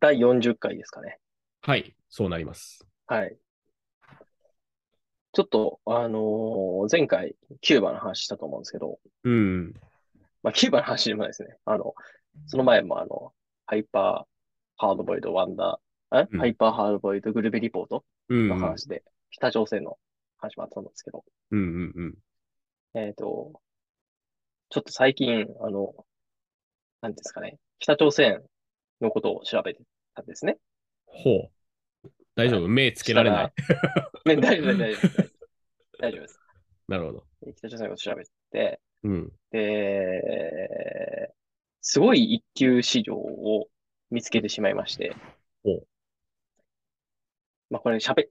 第40回ですかね。はい、そうなります。はい。ちょっと、あのー前回、キューバの話したと思うんですけど、うん。まあ、キューバの話でもないですね。あの、その前も、あの、ハイパーハードボイルドワンダー、えうんハイパーハードボイルドグルメリポートうん。うのん。話で、北朝鮮の話もあったんですけど、うん。うん。えっと、ちょっと最近、あの、なんていうんですかね、北朝鮮のことを調べてたんですね。ほう。大丈夫目つけられない。ね、大丈夫です、大丈夫です。大 丈夫です。なるほど。北朝鮮のこと調べてうん。て、で、すごい一級市場を見つけてしまいましてお、まあこれ喋、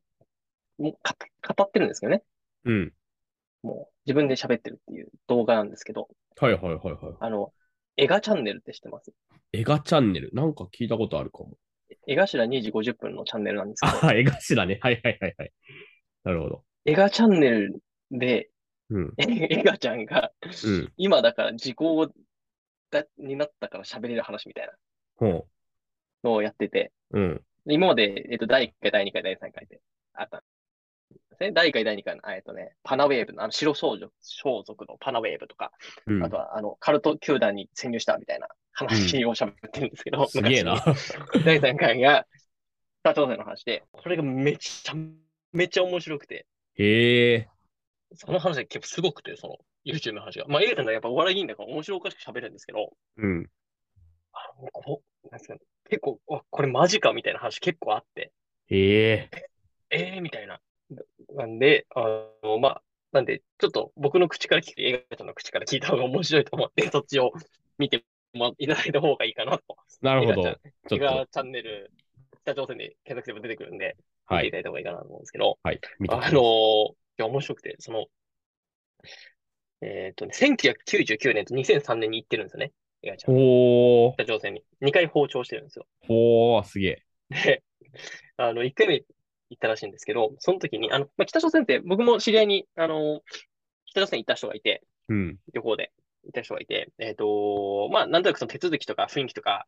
もうか語ってるんですけどね。うん。もう自分で喋ってるっていう動画なんですけど、はいはいはいはあの、エガチャンネルって知ってますい。映画チャンネル。なんか聞いたことあるかも。江頭2時50分のチャンネルなんですけど、 あ、映画しだね。はいはいはいはい。なるほど。エガチャンネルで、 うん。エガちゃんが、うん。今だから時効だになったから喋れる話みたいなほのをやってて、う。うん。で今まで、えっと、第1回、第2回、第3回であったんですね。第1回、第2回の、あえっとね、パナウェーブの、あの、白装束、装束のパナウェーブとか、うんあとは、あの、カルト球団に潜入したみたいな話を喋ってるんですけど、すげえな。昔第3回が、北朝鮮の話で、それがめちゃめちゃ面白くて、 へえ。その話が結構すごくて、その YouTube の話が。まあ、エイさんがやっぱお笑いいいんだから面白おかしく喋るんですけど、うん。あのこなんですかね、結構、わこれマジかみたいな話結構あって、へえ。えーみたいな。なんで、あの、まあ、なんで、ちょっと僕の口から聞く、映画ちゃんの口から聞いた方が面白いと思って、そっちを見てもいただいた方がいいかなと。なるほど。映画ちょ映っと画、チャンネル、北朝鮮で検索すれば出てくるんで、見はていいた。だいた方がいいかなと思うんですけど、はい。見てあのーいや、面白くて、その、えっとね、1999年と2003年に行ってるんですよね、映画ちゃん。ほう。北朝鮮に。2回訪朝してるんですよ。ほう。すげえ。で、あの、1回目行ったらしいんですけど、その時に、あの、まあ、北朝鮮って僕も知り合いに、あの、北朝鮮行った人がいて、うん。旅行で行った人がいて、えっと、まあ、なんとなくその手続きとか雰囲気とか、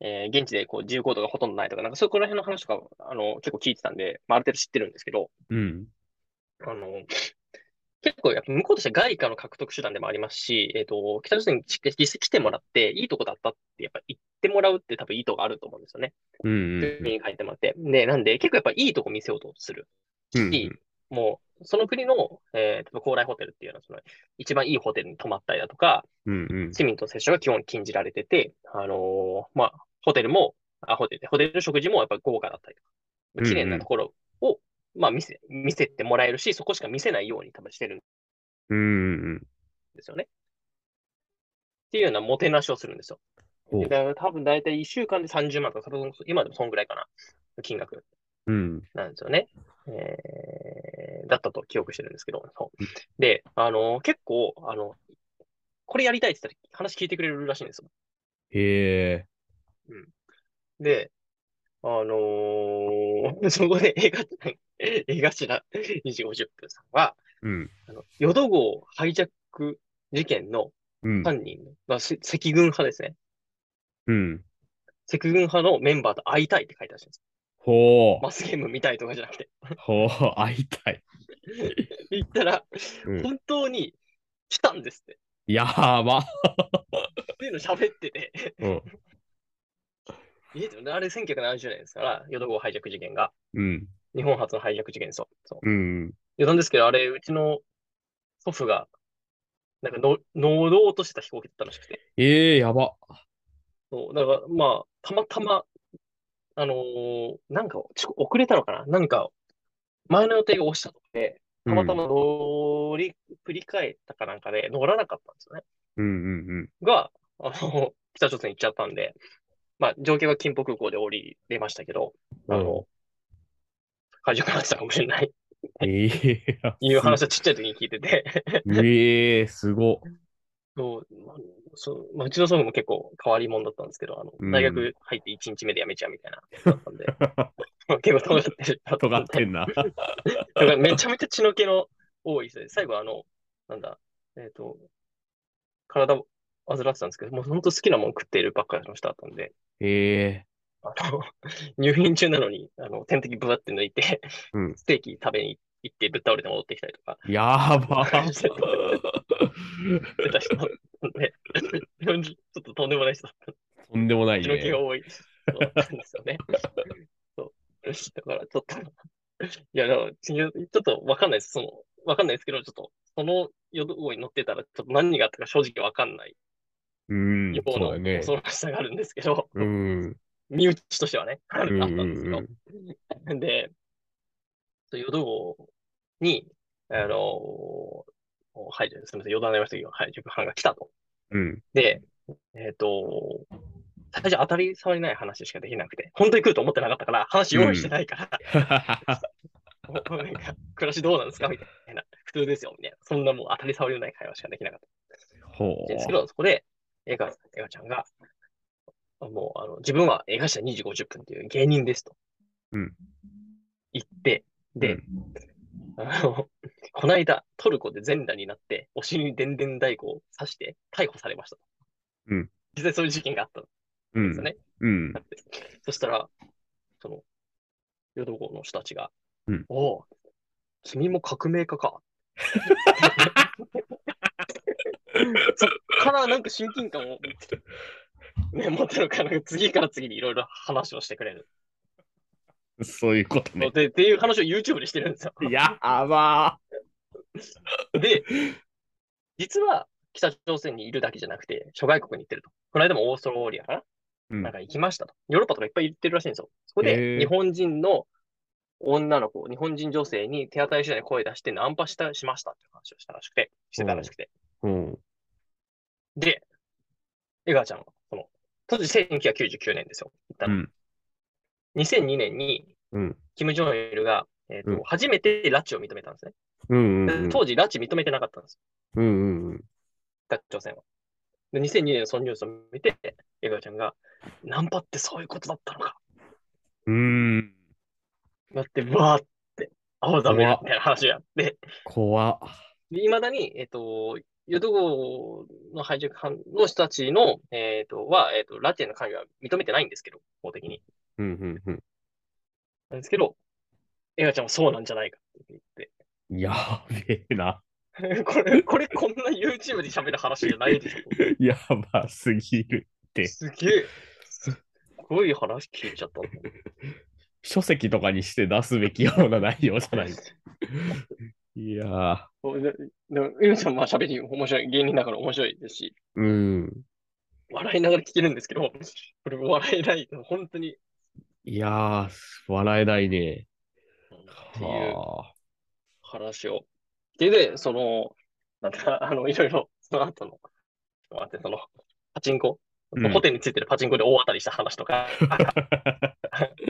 えー現地でこう自由行動がほとんどないとか、なんかそこら辺の話とかを、あの、結構聞いてたんで、まあ、ある程度知ってるんですけど、うん。あの、結構やっぱ向こうとしては外貨の獲得手段でもありますし、えっと、北朝鮮に実際来てもらって、いいとこだったって、やっぱ言ってもらうって多分意図があると思うんですよね。うんうん国に書いてもらって。で、なんで、結構やっぱいいとこ見せようとするうし、ん。うんもう、その国の、えー、例えば高麗ホテルっていうのは、その、一番いいホテルに泊まったりだとか、うんうん。市民との接触が基本禁じられてて、あのーまあ、ホテルも、あ、ホテルで、ホテルの食事もやっぱ豪華だったりとうんうか、ん綺麗なところを、まあ、見せ、見せてもらえるし、そこしか見せないように多分してるんうんうんうん。ですよね。っていうようなもてなしをするんですよ。ほうだ。から多分大体1週間で30万とか、多分今でもそんぐらいかな、金額。うん。なんですよね。えーだったと記憶してるんですけど、そうで、あの結構、あの、これやりたいって言ったら話聞いてくれるらしいんですよ。へえ。で、あのー そこで映画、映画しら2時50分さんは、うん。あの淀号ハイジャック事件のうん。犯人、まあ、せ赤軍派ですね。うん。赤軍派のメンバーと会いたいって書いてあるんですよ。ほう。マスゲーム見たいとかじゃなくて。ほう。会いたい。言ったら、うん本当に来たんですって。やーば。っていうの喋ってて。うん。えでもあれ1970年ですから、淀号ハイジャック事件が。うん。日本初のハイジャック事件ですよ。そう。うん。余談ですけど、あれ、うちの祖父が、なんかの乗ろうとしてた飛行機だったらしくて。ええー、やば。そう。だから、まあ、たまたま、あのーなんか、ちょ遅れたのかななんか、前の予定が押したとかで、たまたま乗り、振り返ったかなんかで乗らなかったんですよね。うん。うんうんうん。が、あの、 北朝鮮行っちゃったんで、まあ、乗客は金浦空港で降りれましたけど、あの、会場になってたかもしれない。ええー。いう話をちっちゃい時に聞いてて、ええー、すご。そう、まあそう、まあ、うちの祖父も結構変わり者だったんですけど、あのうん、大学入って1日目で辞めちゃうみたいな、だったん で、結構尖ってる。尖ってんな。だから めちゃめちゃ血の気の多い人で、最後あの、なんだ、えっ、と、体を患ってたんですけど、もう本当好きなもん食っているばっかりの人だったんで、ええあの、 入院中なのに、あの、点滴ブワって抜いてうん、ステーキ食べに行ってぶっ倒れて戻ってきたりとか、やば。出た人なんで、40ちょっととんでもない人だった。とんでもない血の気ねが。多い人だったんですよね。そう。だからちょっと、いや、だからちょっとわかんないです。その、わかんないですけど、ちょっと、その淀号に乗ってたら、ちょっと何があったか正直わかんないうんよ、うそうだなね。恐ろしさがあるんですけど、うん。身内としてはね、あうんるあったんです よ。で、そう淀号に、あのはい、すみません、余談になりましたけど、はい、塾班が来たと。うん。 で、えっ、と、最初当たり障りない話しかできなくて、本当に来ると思ってなかったから、話用意してないから、もう なんか暮らしどうなんですかみたいな、普通ですよ、みたいな。そんなもう当たり障りのない会話しかできなかっほたんですけう。ど、そこで、映画、映画ちゃんが、もう、あの、自分は映画社2時50分という芸人ですと。うん言って、で、あの、この間、トルコで全裸になって、お尻に電電太鼓を刺して逮捕されましたと。うん実際そういう事件があったんうですよん。ね。うん。そしたら、その、ヨドコの人たちが、うんおお、君も革命家か。 そっからなんか親近感を、ね、持ったのかなんか次から次にいろいろ話をしてくれる、そういうことね。で。っていう話を YouTube でしてるんですよ。やばで、実は北朝鮮にいるだけじゃなくて、諸外国に行ってると。この間もオーストラリアかなー。うんなんか行きましたと。ヨーロッパとかいっぱい行ってるらしいんですよ。そこへでー日本人の女の子、日本人女性に手当たり次第に声出してナンパしたしましたっていう話をしたらしくて、してたらしくて。うん。で、江川ちゃんは、その、当時1999年ですよ。行ったうのん。 2002年に、うん。キム・ジョンイルが、えーとうん初めて拉致を認めたんですね。うん。で当時、拉致認めてなかったんですうん。うん。よ、北朝鮮は。で、2002年のそのニュースを見て、江川ちゃんが、ナンパってそういうことだったのか。うん。なって、わーって、青ざめるみたいな話をやって、怖っ。いまだに、えっ、と、淀号の廃塾班の人たちの、えっ、と、は、えっ、と、ラテンの関与は認めてないんですけど、法的に。うん。うん。なんですけど、エガちゃんはそうなんじゃないかってうん。やべえな。 言って、 これ、これこんな YouTube で喋る話じゃないでしやばすぎる。ょ。えすげえ、すっごい話聞いちゃった。書籍とかにして出すべきような内容じゃない。いやー。そうででもエガちゃんは喋り面白い、芸人だから面白いですし、うん。笑いながら聞けるんですけど、 これ笑えない、本当に、いやー、笑えないね。っていう。はあ話を。で、で、その、なんか、あの、いろいろ、その後の、ちょっと待って、その、パチンコ、うんホテルについてるパチンコで大当たりした話と か、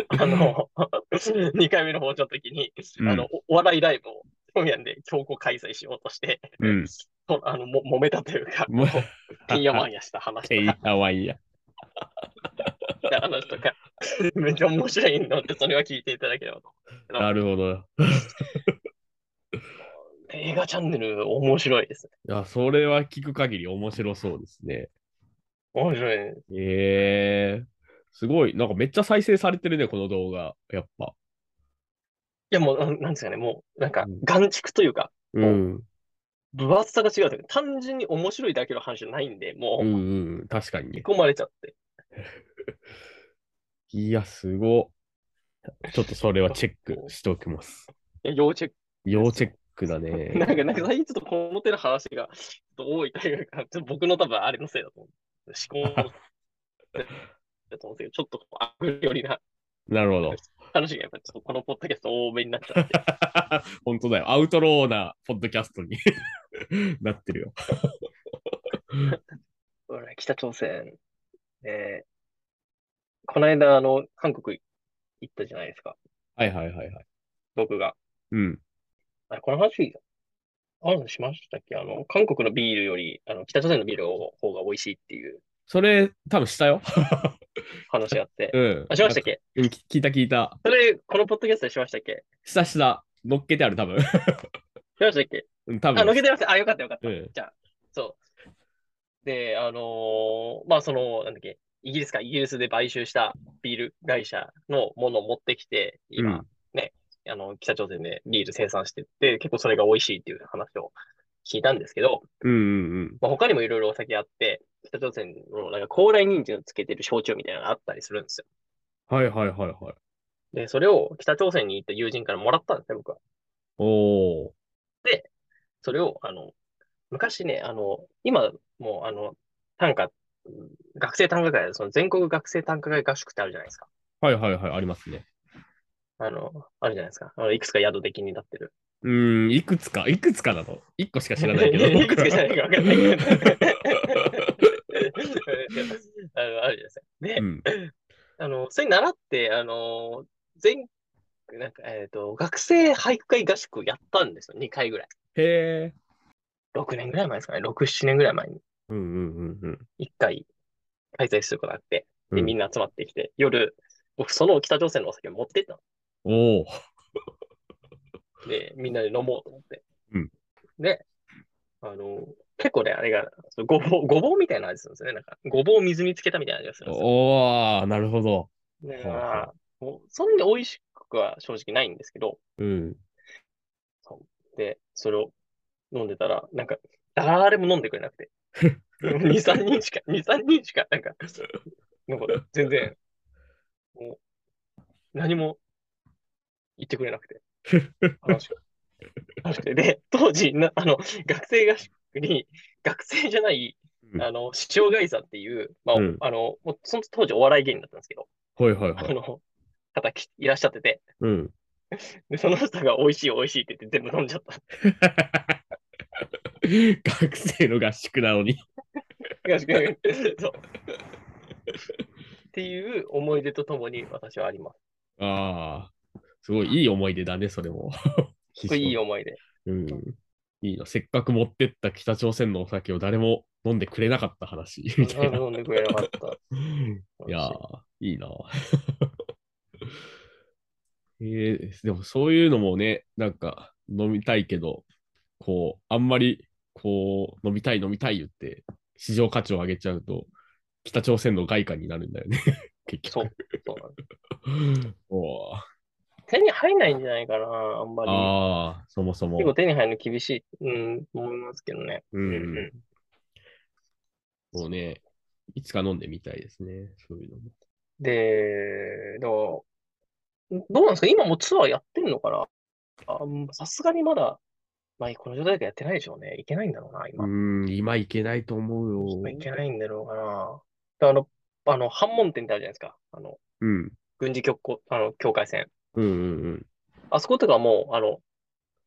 あの、2回目の放送の時に、うんあの、おお笑いライブを、平壌で強行開催しようとして、 うん。とあの、も、揉めたというか、もう、 ピンヤマンヤした話ていとか、やわいや。話と か、めっちゃ面白いので、それは聞いていただければと。なるほど。映画チャンネル面白いですね。いや、それは聞く限り面白そうですね。面白いね。ええー。すごい。なんかめっちゃ再生されてるね、この動画。やっぱ。いや、もう、なんなんですかね、もう、なんかうん、眼畜というか、うん。分厚さが違うというか、単純に面白いだけの話じゃないんで、もうう、んうん。確かに見ね。込まれちゃって。いや、すご。ちょっとそれはチェックしておきます。いや要チェッ要チェックだク。 なんね。か、なんか最近ちょっとこの手の話がちょっと多いというか、ちょっと僕の多分あれのせいだと思う。思考のだと思うんですけど、ちょっとこう悪よりななるほど。 話がやっぱちょっとこのポッドキャスト多めになっちゃって。本当だよ。アウトローなポッドキャストに なってるよ。俺北朝鮮、えー、この間、あの、韓国行ったじゃないですか、はいはいはいはい。僕が。うん。あれ、この話、あの、しましたっけあの、韓国のビールより、あの、北朝鮮のビールの方が美味しいっていうそれ、多分したよ。話があって。うん。あ、しましたっけうんき聞いた聞いた。それ、このポッドキャストでしましたっけしたした。乗っけてある、多分。しましたっけうん多分。あ、抜けてました。あ、よかったよかった。うんじゃあ、そう。で、あのーまあ、その、なんだっけ、イギリスか、イギリスで買収した、ビール会社のものを持ってきて、うん今、あの、北朝鮮でビール生産してて、結構それが美味しいっていう話を聞いたんですけど、うんうんまあ、他にもいろいろお酒あって、北朝鮮のなんか高麗人参をつけてる焼酎みたいなのがあったりするんですよ。うん。はいはいはいはい。で、それを北朝鮮に行った友人からもらったんですね、僕は。おー。それを、あの、昔ね、あの、今、もう、あの、短歌、学生短歌会、その全国学生短歌会合宿ってあるじゃないですか。はいはいはい、ありますね。あの、あるじゃないですか。あの、いくつか宿的になってる。うーん、いくつか、いくつかだと。一個しか知らないけど。 いくつかじゃないか分かんないけど。 あの、あるじゃないですか。でう、ん。あの、それ習って、あの、全、なんか、えっと、学生俳句会合宿やったんですよ、2回ぐらい。へえ。 6年ぐらい前ですかね、6、7年ぐらい前にうんうんうんうん。 1回開催することがあって、うで、みんな集まってきて、夜、僕、その北朝鮮のお酒を持ってったおー。の。で、みんなで飲もうと思って。うんで、あの、結構ね、あれが、そのごぼう、ごぼうみたいな味するんですよね。なんか、ごぼうを水につけたみたいな味がするんですよ。おー、なるほど。だかはいら、もう、そんなに美味しくは正直ないんですけど、うん。で、それを飲んでたら、なんか、誰も飲んでくれなく て。2、3人しか、2、3人しか、なんか、なんか全然、もう、何も言ってくれなくて。話が。話がで、当時な、あの、学生合宿に、学生じゃない、うんあの、視聴会さんっていう、まあ、うんあの、もうその当時お笑い芸人だったんですけど、はいはいはあい。の、方きいらっしゃってて、うん。で、その人が美味しい美味しいって言って全部飲んじゃった。 学生の合宿なのに。東君 そう。っていう思い出とともに私はあります。ああ、すごいいい思い出だね、それも。非常い いに思い出。うん。いいな。せっかく持ってった北朝鮮のお酒を誰も飲んでくれなかった話、みたいな。飲んでくれなかった。いやー、いいな。 えー、でもそういうのもね、なんか飲みたいけど、こう、あんまり、こう、飲みたい飲みたい言って、市場価値を上げちゃうと、北朝鮮の外貨になるんだよね、 結そう局。。そうなんです おー手に入らないんじゃないかな、あんまり。ああ、そもそも。結構手に入るの厳しい、うん、思いますけどね。ううんんうんうもうね、いつか飲んでみたいですね、そういうのも。んで、でも、どうなんですか今もツアーやってんのかなあうんさすがにまだ、まあ、この状態ではやってないでしょうね。いけないんだろうな、今。うーん、今いけないと思う今いよ。けないんだろうかな。あの、あの、反門店ってあるじゃないですか。あの、うん、軍事局こあの境界線。うん、うんうん。あそことかもう、あの、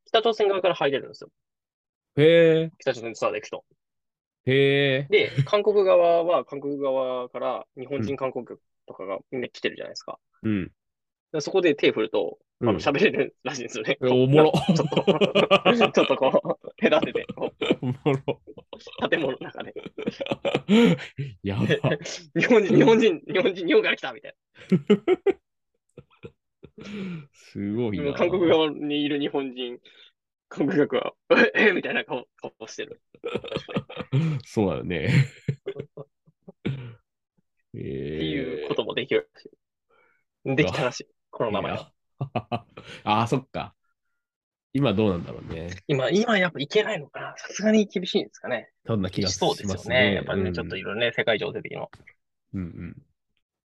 北朝鮮側から入れるんですよ。へ北朝鮮ツアーで行くと。え、へえ、 で、韓国側は、韓国側から日本人観光客とかがみんな来てるじゃないですか。うん。でそこで手振ると、あの、うん喋れるらしいんですよね。えおもろ。ちょっと、 ちょっとこう、隔てて、こおもろ。 う建物の中で。やば。日本人、日本人、日本人、日本から来たみたいすごいな。な。韓国側にいる日本人、韓国客は、 ええみたいな顔顔してる。そうだ よね。っってていうこともできるらしい。できたらしい。この名前は。あ あ、そっか。今どうなんだろうね。今、今やっぱいけないのかなさすがに厳しいんですかね。そんな気が厳ししそまうですよすね。やっぱりね、うんちょっといろいろね、世界情勢的の。うん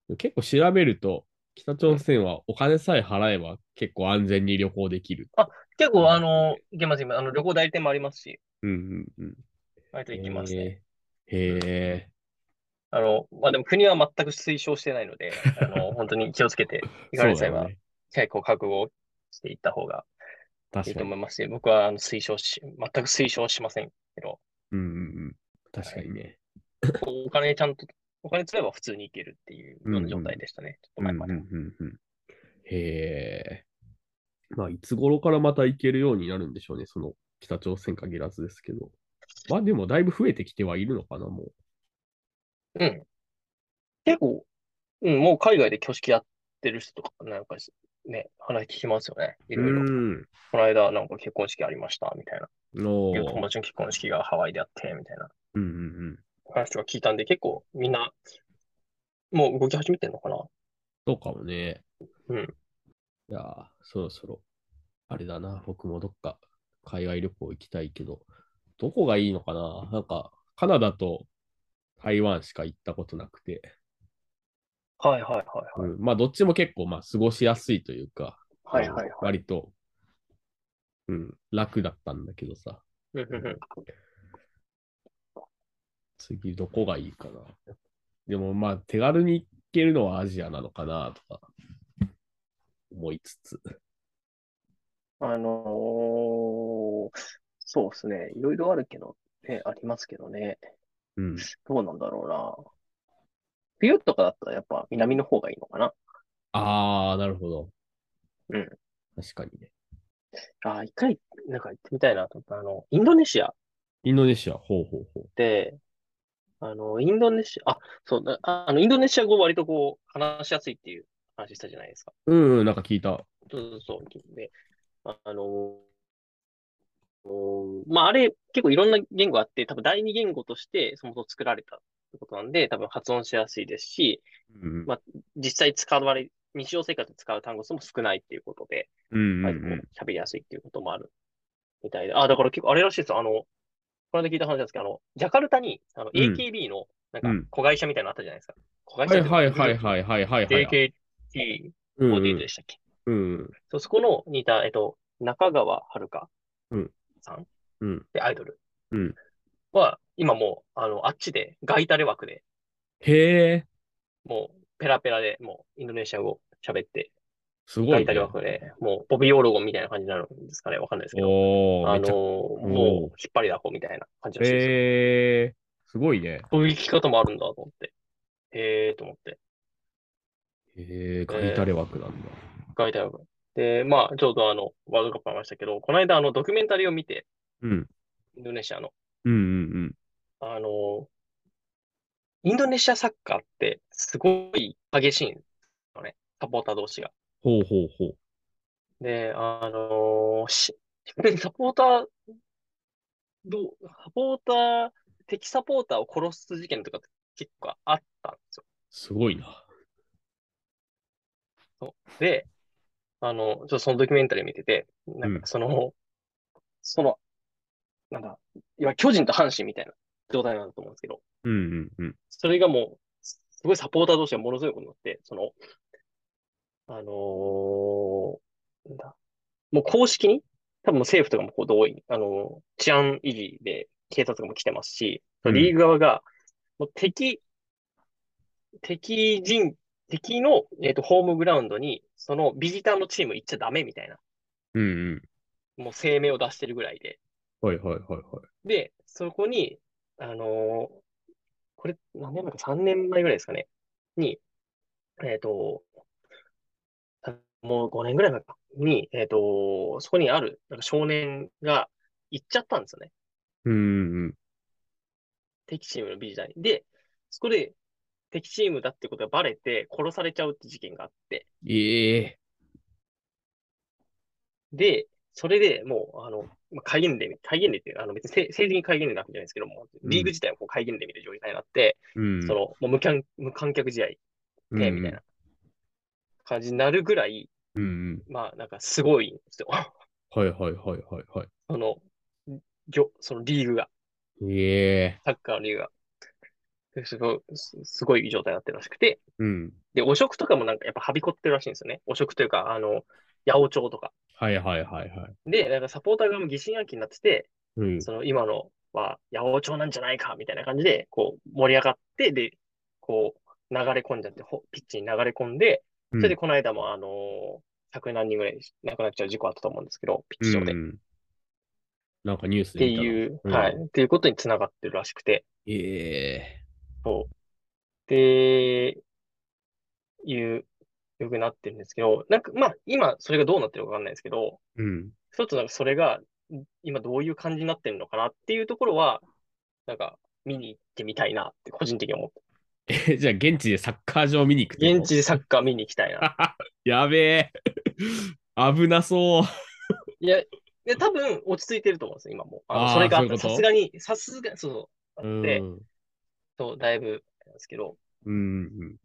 うん、結構調べると、北朝鮮はお金さえ払えば結構安全に旅行できる。結構、あの、いけます、今、あの旅行代理店もありますし、うんうんうん。割と行きますね。へえ。あの、まあ、でも国は全く推奨してないので、あの、 本当に気をつけて行かれる際そうはだ、ね結構覚悟をしていった方がい確いかと思に。いますし、僕は、あの、推奨し、全く推奨しませんけど、うんうんうん。確かにね。お金ちゃんと、お金つれば普通に行けるっていうような状態でしたね。ちょっとう前んうんまうで。んうん。へえ。まあ、いつ頃からまた行けるようになるんでしょうね。その北朝鮮限らずですけど。まあでもだいぶ増えてきてはいるのかな、もう。うん。結構、うん、もう海外で挙式やってる人とか、なんかしね、話聞きますよね。いろいろ。うん。この間、なんか結婚式ありました、みたいな。おー友達の結婚式がハワイであって、みたいなうんうんうん。話は聞いたんで、結構みんな、もう動き始めてるのかな。そうかもね。うん。いやー、そろそろ、あれだな、僕もどっか海外旅行行きたいけど、どこがいいのかななんか、カナダと台湾しか行ったことなくて、はいはいはいうん、まあ、どっちも結構、まあ、過ごしやすいというか、はい。はいはいはい。割と、うん、楽だったんだけどさ、うんうんうん次どこがいいかな。でもまあ手軽に行けるのはアジアなのかなとか思いつつ。あのーそうですね。いろいろあるけど、ね、ありますけどね。うん。どうなんだろうな。冬とかだったらやっぱ南の方がいいのかな。ああ、なるほど。うん。確かにね。ああ、一回、なんか行ってみたいなと思った。あの、インドネシアっインドネシア、ほうほうほう。て、あの、インドネシア、あ、そう、なああの、インドネシア語割とこう、話しやすいっていう話したじゃないですか。うん、うん、なんか聞いた。そうそうそう。で、ああのおまあ、あれ、結構いろんな言語あって、多分第二言語としてそもそも作られたってことなんで、多分発音しやすいですし、うんまあ実際使われ、日常生活で使う単語数も少ないっていうことで、うん、うん、割とこう喋りやすいっていうこともあるみたいで。あ、だから結構あれらしいです。あの、この間聞いた話なんですけど、あの、ジャカルタに、あの、うん AKB の、なんかうん、子会社みたいなのあったじゃないですか。子会は社いってうかはいはいはいはいはいはい。グルうんーうプ AKB48 んでしたっけうんそう、そこの似た、えっと、中川遥香さんうん。でアイドルうんは、今もう、あの、あっちで、外タレ枠で、へえ、もう、ペラペラで、もう、インドネシア語喋って、すごガい、イタねレ。枠で、もう、ボビー・オールゴンみたいな感じになるんですかね、わかんないですけど、おあー、のめちーゃもう、引っ張りだこみたいな感じらしいですよ。へえ、すごいね。そういう聞き方もあるんだと思って、へえーと思って、へえ、ガイタレ枠なんだ。ガイタレ枠。で、まあ、ちょうどあの、ワールドカップありましたけど、この間、あの、ドキュメンタリーを見て、うん。インドネシアの、うんうんうん。あの、インドネシアサッカーってすごい激しいんですよね。サポーター同士が。ほうほうほう。で、あの、し、 サポーター、どう、サポーター、敵サポーターを殺す事件とかって結構あったんですよ。すごいな。で、あの、ちょっとそのドキュメンタリー見てて、なんうんかその、その、なんだ、いわゆる巨人と阪神みたいな状態なんだと思うんですけど、うんうんうん。それがもう、すごいサポーター同士がものすごいことになって、その、あのーなんだ、もう公式に、多分政府とかもこう同意、あのー治安維持で警察とかも来てますし、うんリーグ側が、もう敵、敵陣、敵の、えっと、ホームグラウンドに、そのビジターのチーム行っちゃダメみたいな、うんうん。もう声明を出してるぐらいで、はいはいはいはい。で、そこに、あのーこれ、何年前か、3年前ぐらいですかね、に、えっと、あもう5年ぐらい前か、に、えっと、そこにある、なんか少年が行っちゃったんですよね。うんうん敵チームのビジターに。で、そこで敵チームだってことがバレて殺されちゃうって事件があって、うん。ええで、それでもう、あの、まあ戒厳令、戒厳令っていう、あの別にせ政治に戒厳令なわけじゃないですけども、リーグ自体はこう戒厳令みたいな状態になって、うん。その、もう無観無観客試合うんね、みたいな。感じになるぐらい、うんうん。まあなんかすごいんですよ。 はいはいはいはいはい。その、ぎょそのリーグが、ええサッカーのリーグが。ですごい、すすごい状態になってるらしくて、うん。で、汚職とかもなんかやっぱはびこってるらしいんですよね。汚職というか、あの、八百長とか。はいはいはいはい。で、なんかサポーター側も疑心暗鬼になってて、うん。その今のは八百長なんじゃないかみたいな感じで、こう盛り上がって、で、こう流れ込んじゃって、ほピッチに流れ込んで、そそれで、この間も、あのー、100何人ぐらい亡くなっちゃう事故あったと思うんですけど、ピッチ上で。うっん。なんかニュースてで見たないう、うんはい。っていうことにつながってるらしくて、ええで、いう、よくなってるんですけど、なんか、まあ、今、それがどうなってるかわかんないですけど、うん。一つ、なんかそれが、今どういう感じになってるのかなっていうところは、なんか、見に行ってみたいなって、個人的に思って。え、じゃあ現地でサッカー場見に行くってこと現地でサッカー見に行きたいな。 やべえ。危なそう。いや、いや多分落ち着いてると思うんですよ、今もう。あのあーそれがそういうことさすがに、さすが、そう、あうっん。て、うんそう、だいぶなんですけど、うんうん。っ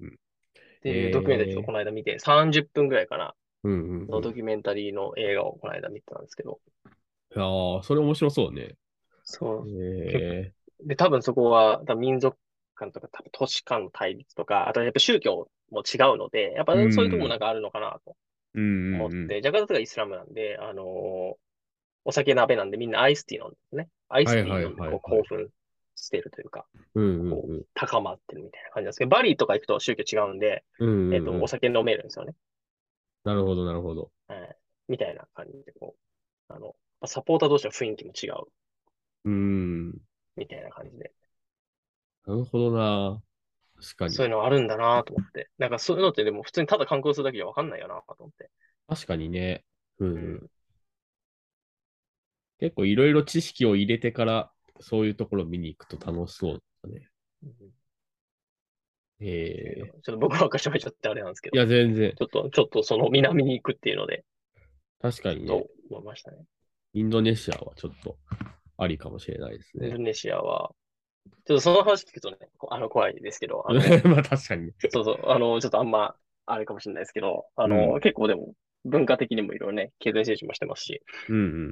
ていうドキュメンタリーをこの間見て、30分ぐらいかな、うんうんうのん。ドキュメンタリーの映画をこの間見てたんですけど、ああ、それ面白そうね。そえう。で、多分そこは、多分民族間とか、多分都市間の対立とか、あとやっぱ宗教も違うので、やっぱそういうとこもなんかあるのかなとえうんうん思うっん。て、ジャカルタがイスラムなんで、あのーお酒鍋なんでみんなアイスティー飲んでね。アイスティー飲んではいはいはいはこいう興奮してるというか、うんうんうん高まってるみたいな感じなんですけど、バリーとか行くと宗教違うんで、うんうんえっと、うんお酒飲めるんですよね。なるほど、なるほど。はいみたいな感じで、こう、あの、まあサポーター同士の雰囲気も違ううん。なみたいな感じで、るほどな。確かにそう。いうのあるんだなと思って。なんかそういうのってでも普通にただ観光するだけじゃわかんないよなと思って。確かにね。うんううんん。結構いろいろ知識を入れてから、そういうところ見に行くと楽しそうだね。うんええちょっと僕ばっかしゃべっちゃってあれなんですけいど、や、全然。ちょっと、ちょっとその南に行くっていうので、確かにとね。思いましたね。インドネシアはちょっとありかもしれないですインドね。ネシアは、ちょっとその話聞くとね、こあの、怖いですけど、あの、 まあ確かにね。そうそう、あの、ちょっとあんま、あれかもしれないですけど、あの、う結構でも、文化的にもいろいろね、経済成長もしてますし、うんうん。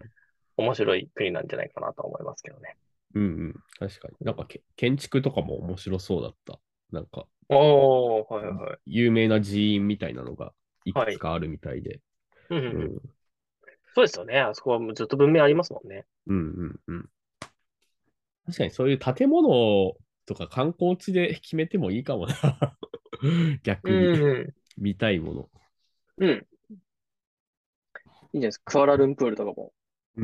面白い国なんじゃないかなと思いますけどね。うんうん。確かに。なんかけ建築とかも面白そうだった。なんかおー、はいはいはい。有名な寺院みたいなのがいくつかあるみたいで。うんううんんうんそうですよね。あそこはもうずっと文明ありますもんね。うんうんうん。確かにそういう建物とか観光地で決めてもいいかもな。 逆うに、ん。見たいもの。うん。いいじゃないですか。クアラルンプールとかも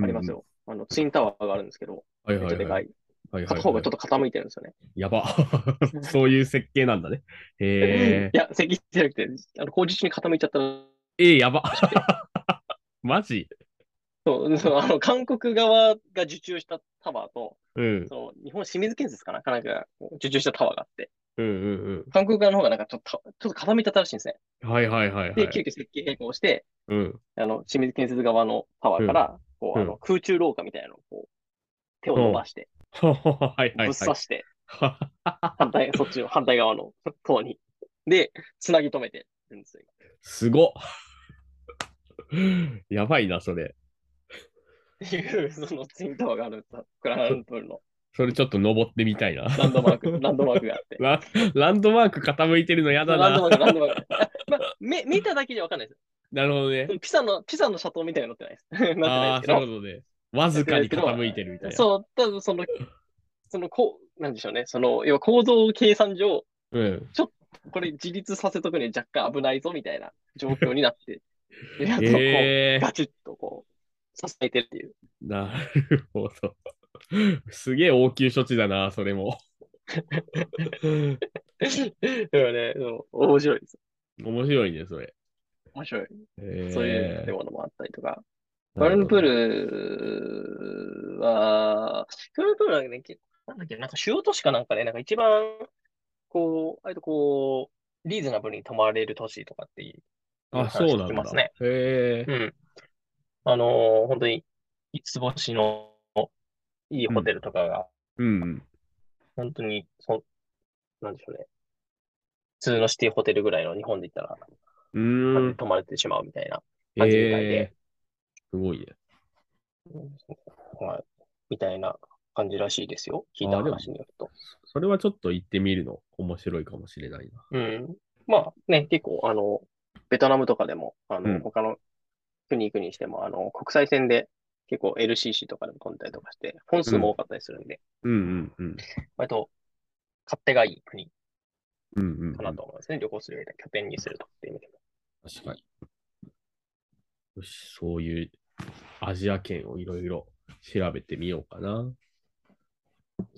ありますよ。あの、ツインタワーがあるんですけど、うん。めっはいちはゃでいかはい。い。はいはい片はい方がちょっと傾いてるんですよね。やば。 そういう設計なんだね。へえい。や、石碑じゃなくて、あの工事中に傾いちゃったら、えー、やば。 マジそう、そうあの、韓国側が受注したタワーと、うん。その日本清水建設かなかなんかが受注したタワーがあって、うんうん韓国側の方がなんかちょっと、ちょっと傾いちゃったらしいんですね。うん。はいはいはいはで、急い。遽設計変更して、うん。 あの、清水建設側のタワーから、こう、あうの、空中廊下みたいなのをこう、手を伸ばして、はいはぶいっは刺い。して、反 対、そっちの反対側の塔に。で、つなぎ止めてるんですよ。 すごっ。やばいな、それ。っていう、そのツインタワーがあるんですよクアラルンプールのそれちょっと登ってみたいな。ランドマーク、ランドマークがあって。ラランドマーク傾いてるのやだランドマな。ーク、ランドマーク。まあ、め見ただけじゃわかんないです。なるほどね。 ピサの、ピサの斜塔みたいになってないです。 なってないですけああ、どそういうことね。わずかに傾いてるみたいな。そう、ただその、その、こう、なんでしょうね。その、要は構造計算上、うん。これ自立させとくには若干危ないぞみたいな状況にな って、でやっとこう、ええガチッとこう、支えてるっていう。なるほど。すげえ応急処置だな、それも。 だからね、そう面白いです。面白いね、それ。面白い。ええそういう建物もあったりとか。なワルるンほプーどルは、ワルンプールはね、結構なんだっけ、なんか主要都市かなんかね、なんか一番、こう、あれとこう、リーズナブルに泊まれる都市とかっていうあ、そう話聞なきんますだ。ね。へえ。うん。あのー本当に、五つ星のいいホテルとかが、うん。本当に、そ、なんでしょうね。普通のシティホテルぐらいの日本で行ったら、うーん。泊まれてしまうみたいな、え感じみたいでえ。すごいね。はい、みたいな感じらしいですよ。聞いたあでも話によると。それはちょっと行ってみるの面白いかもしれないな。うん。まあね、結構、あの、ベトナムとかでも、あの、うん他の国行くにしても、あの、国際線で結構 LCC とかでも飛んだりとかして、本数も多かったりするんで、うんうんうん。割と勝手がいい国うんうんうん、かなと思いますね。旅行する上で拠点にするとっていう意味でも。確かに。よし、そういうアジア圏をいろいろ調べてみようかな。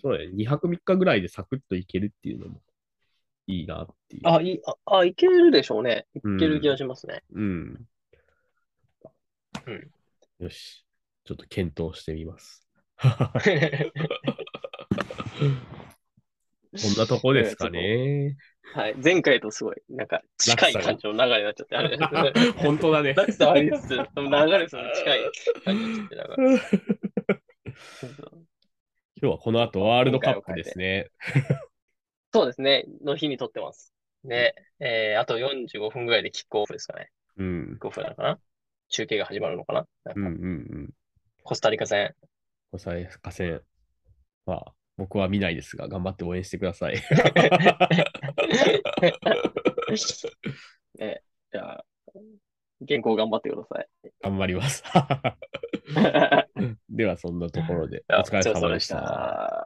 そうだね、2泊3日ぐらいでサクッと行けるっていうのもいいなっていう。あ、いい、あ、あ、いけるでしょうね。いうんける気がします ね。 うん。うんよし、ちょっと検討してみます。こんなとこですかね。はい。前回とすごい、なんか、近い感じの流れになっちゃって、あれ ですね。 本当だ ね。落差ありつつ、でも流れその近い感じになっちゃって、だから。今日はこの後ワールドカップですね。そうですね。の日に撮ってます。で、えー、あと45分ぐらいでキックオフですかね。うんキッ。クオフなのかな中継が始まるのかななんうかんうんうん。コスタリカ 戦。おさかせん。まあ、僕は見ないですが、頑張って応援してください。 ね、じゃあ、原稿頑張ってください。頑 張ります。では、そんなところで、おお 疲れ様でした。た。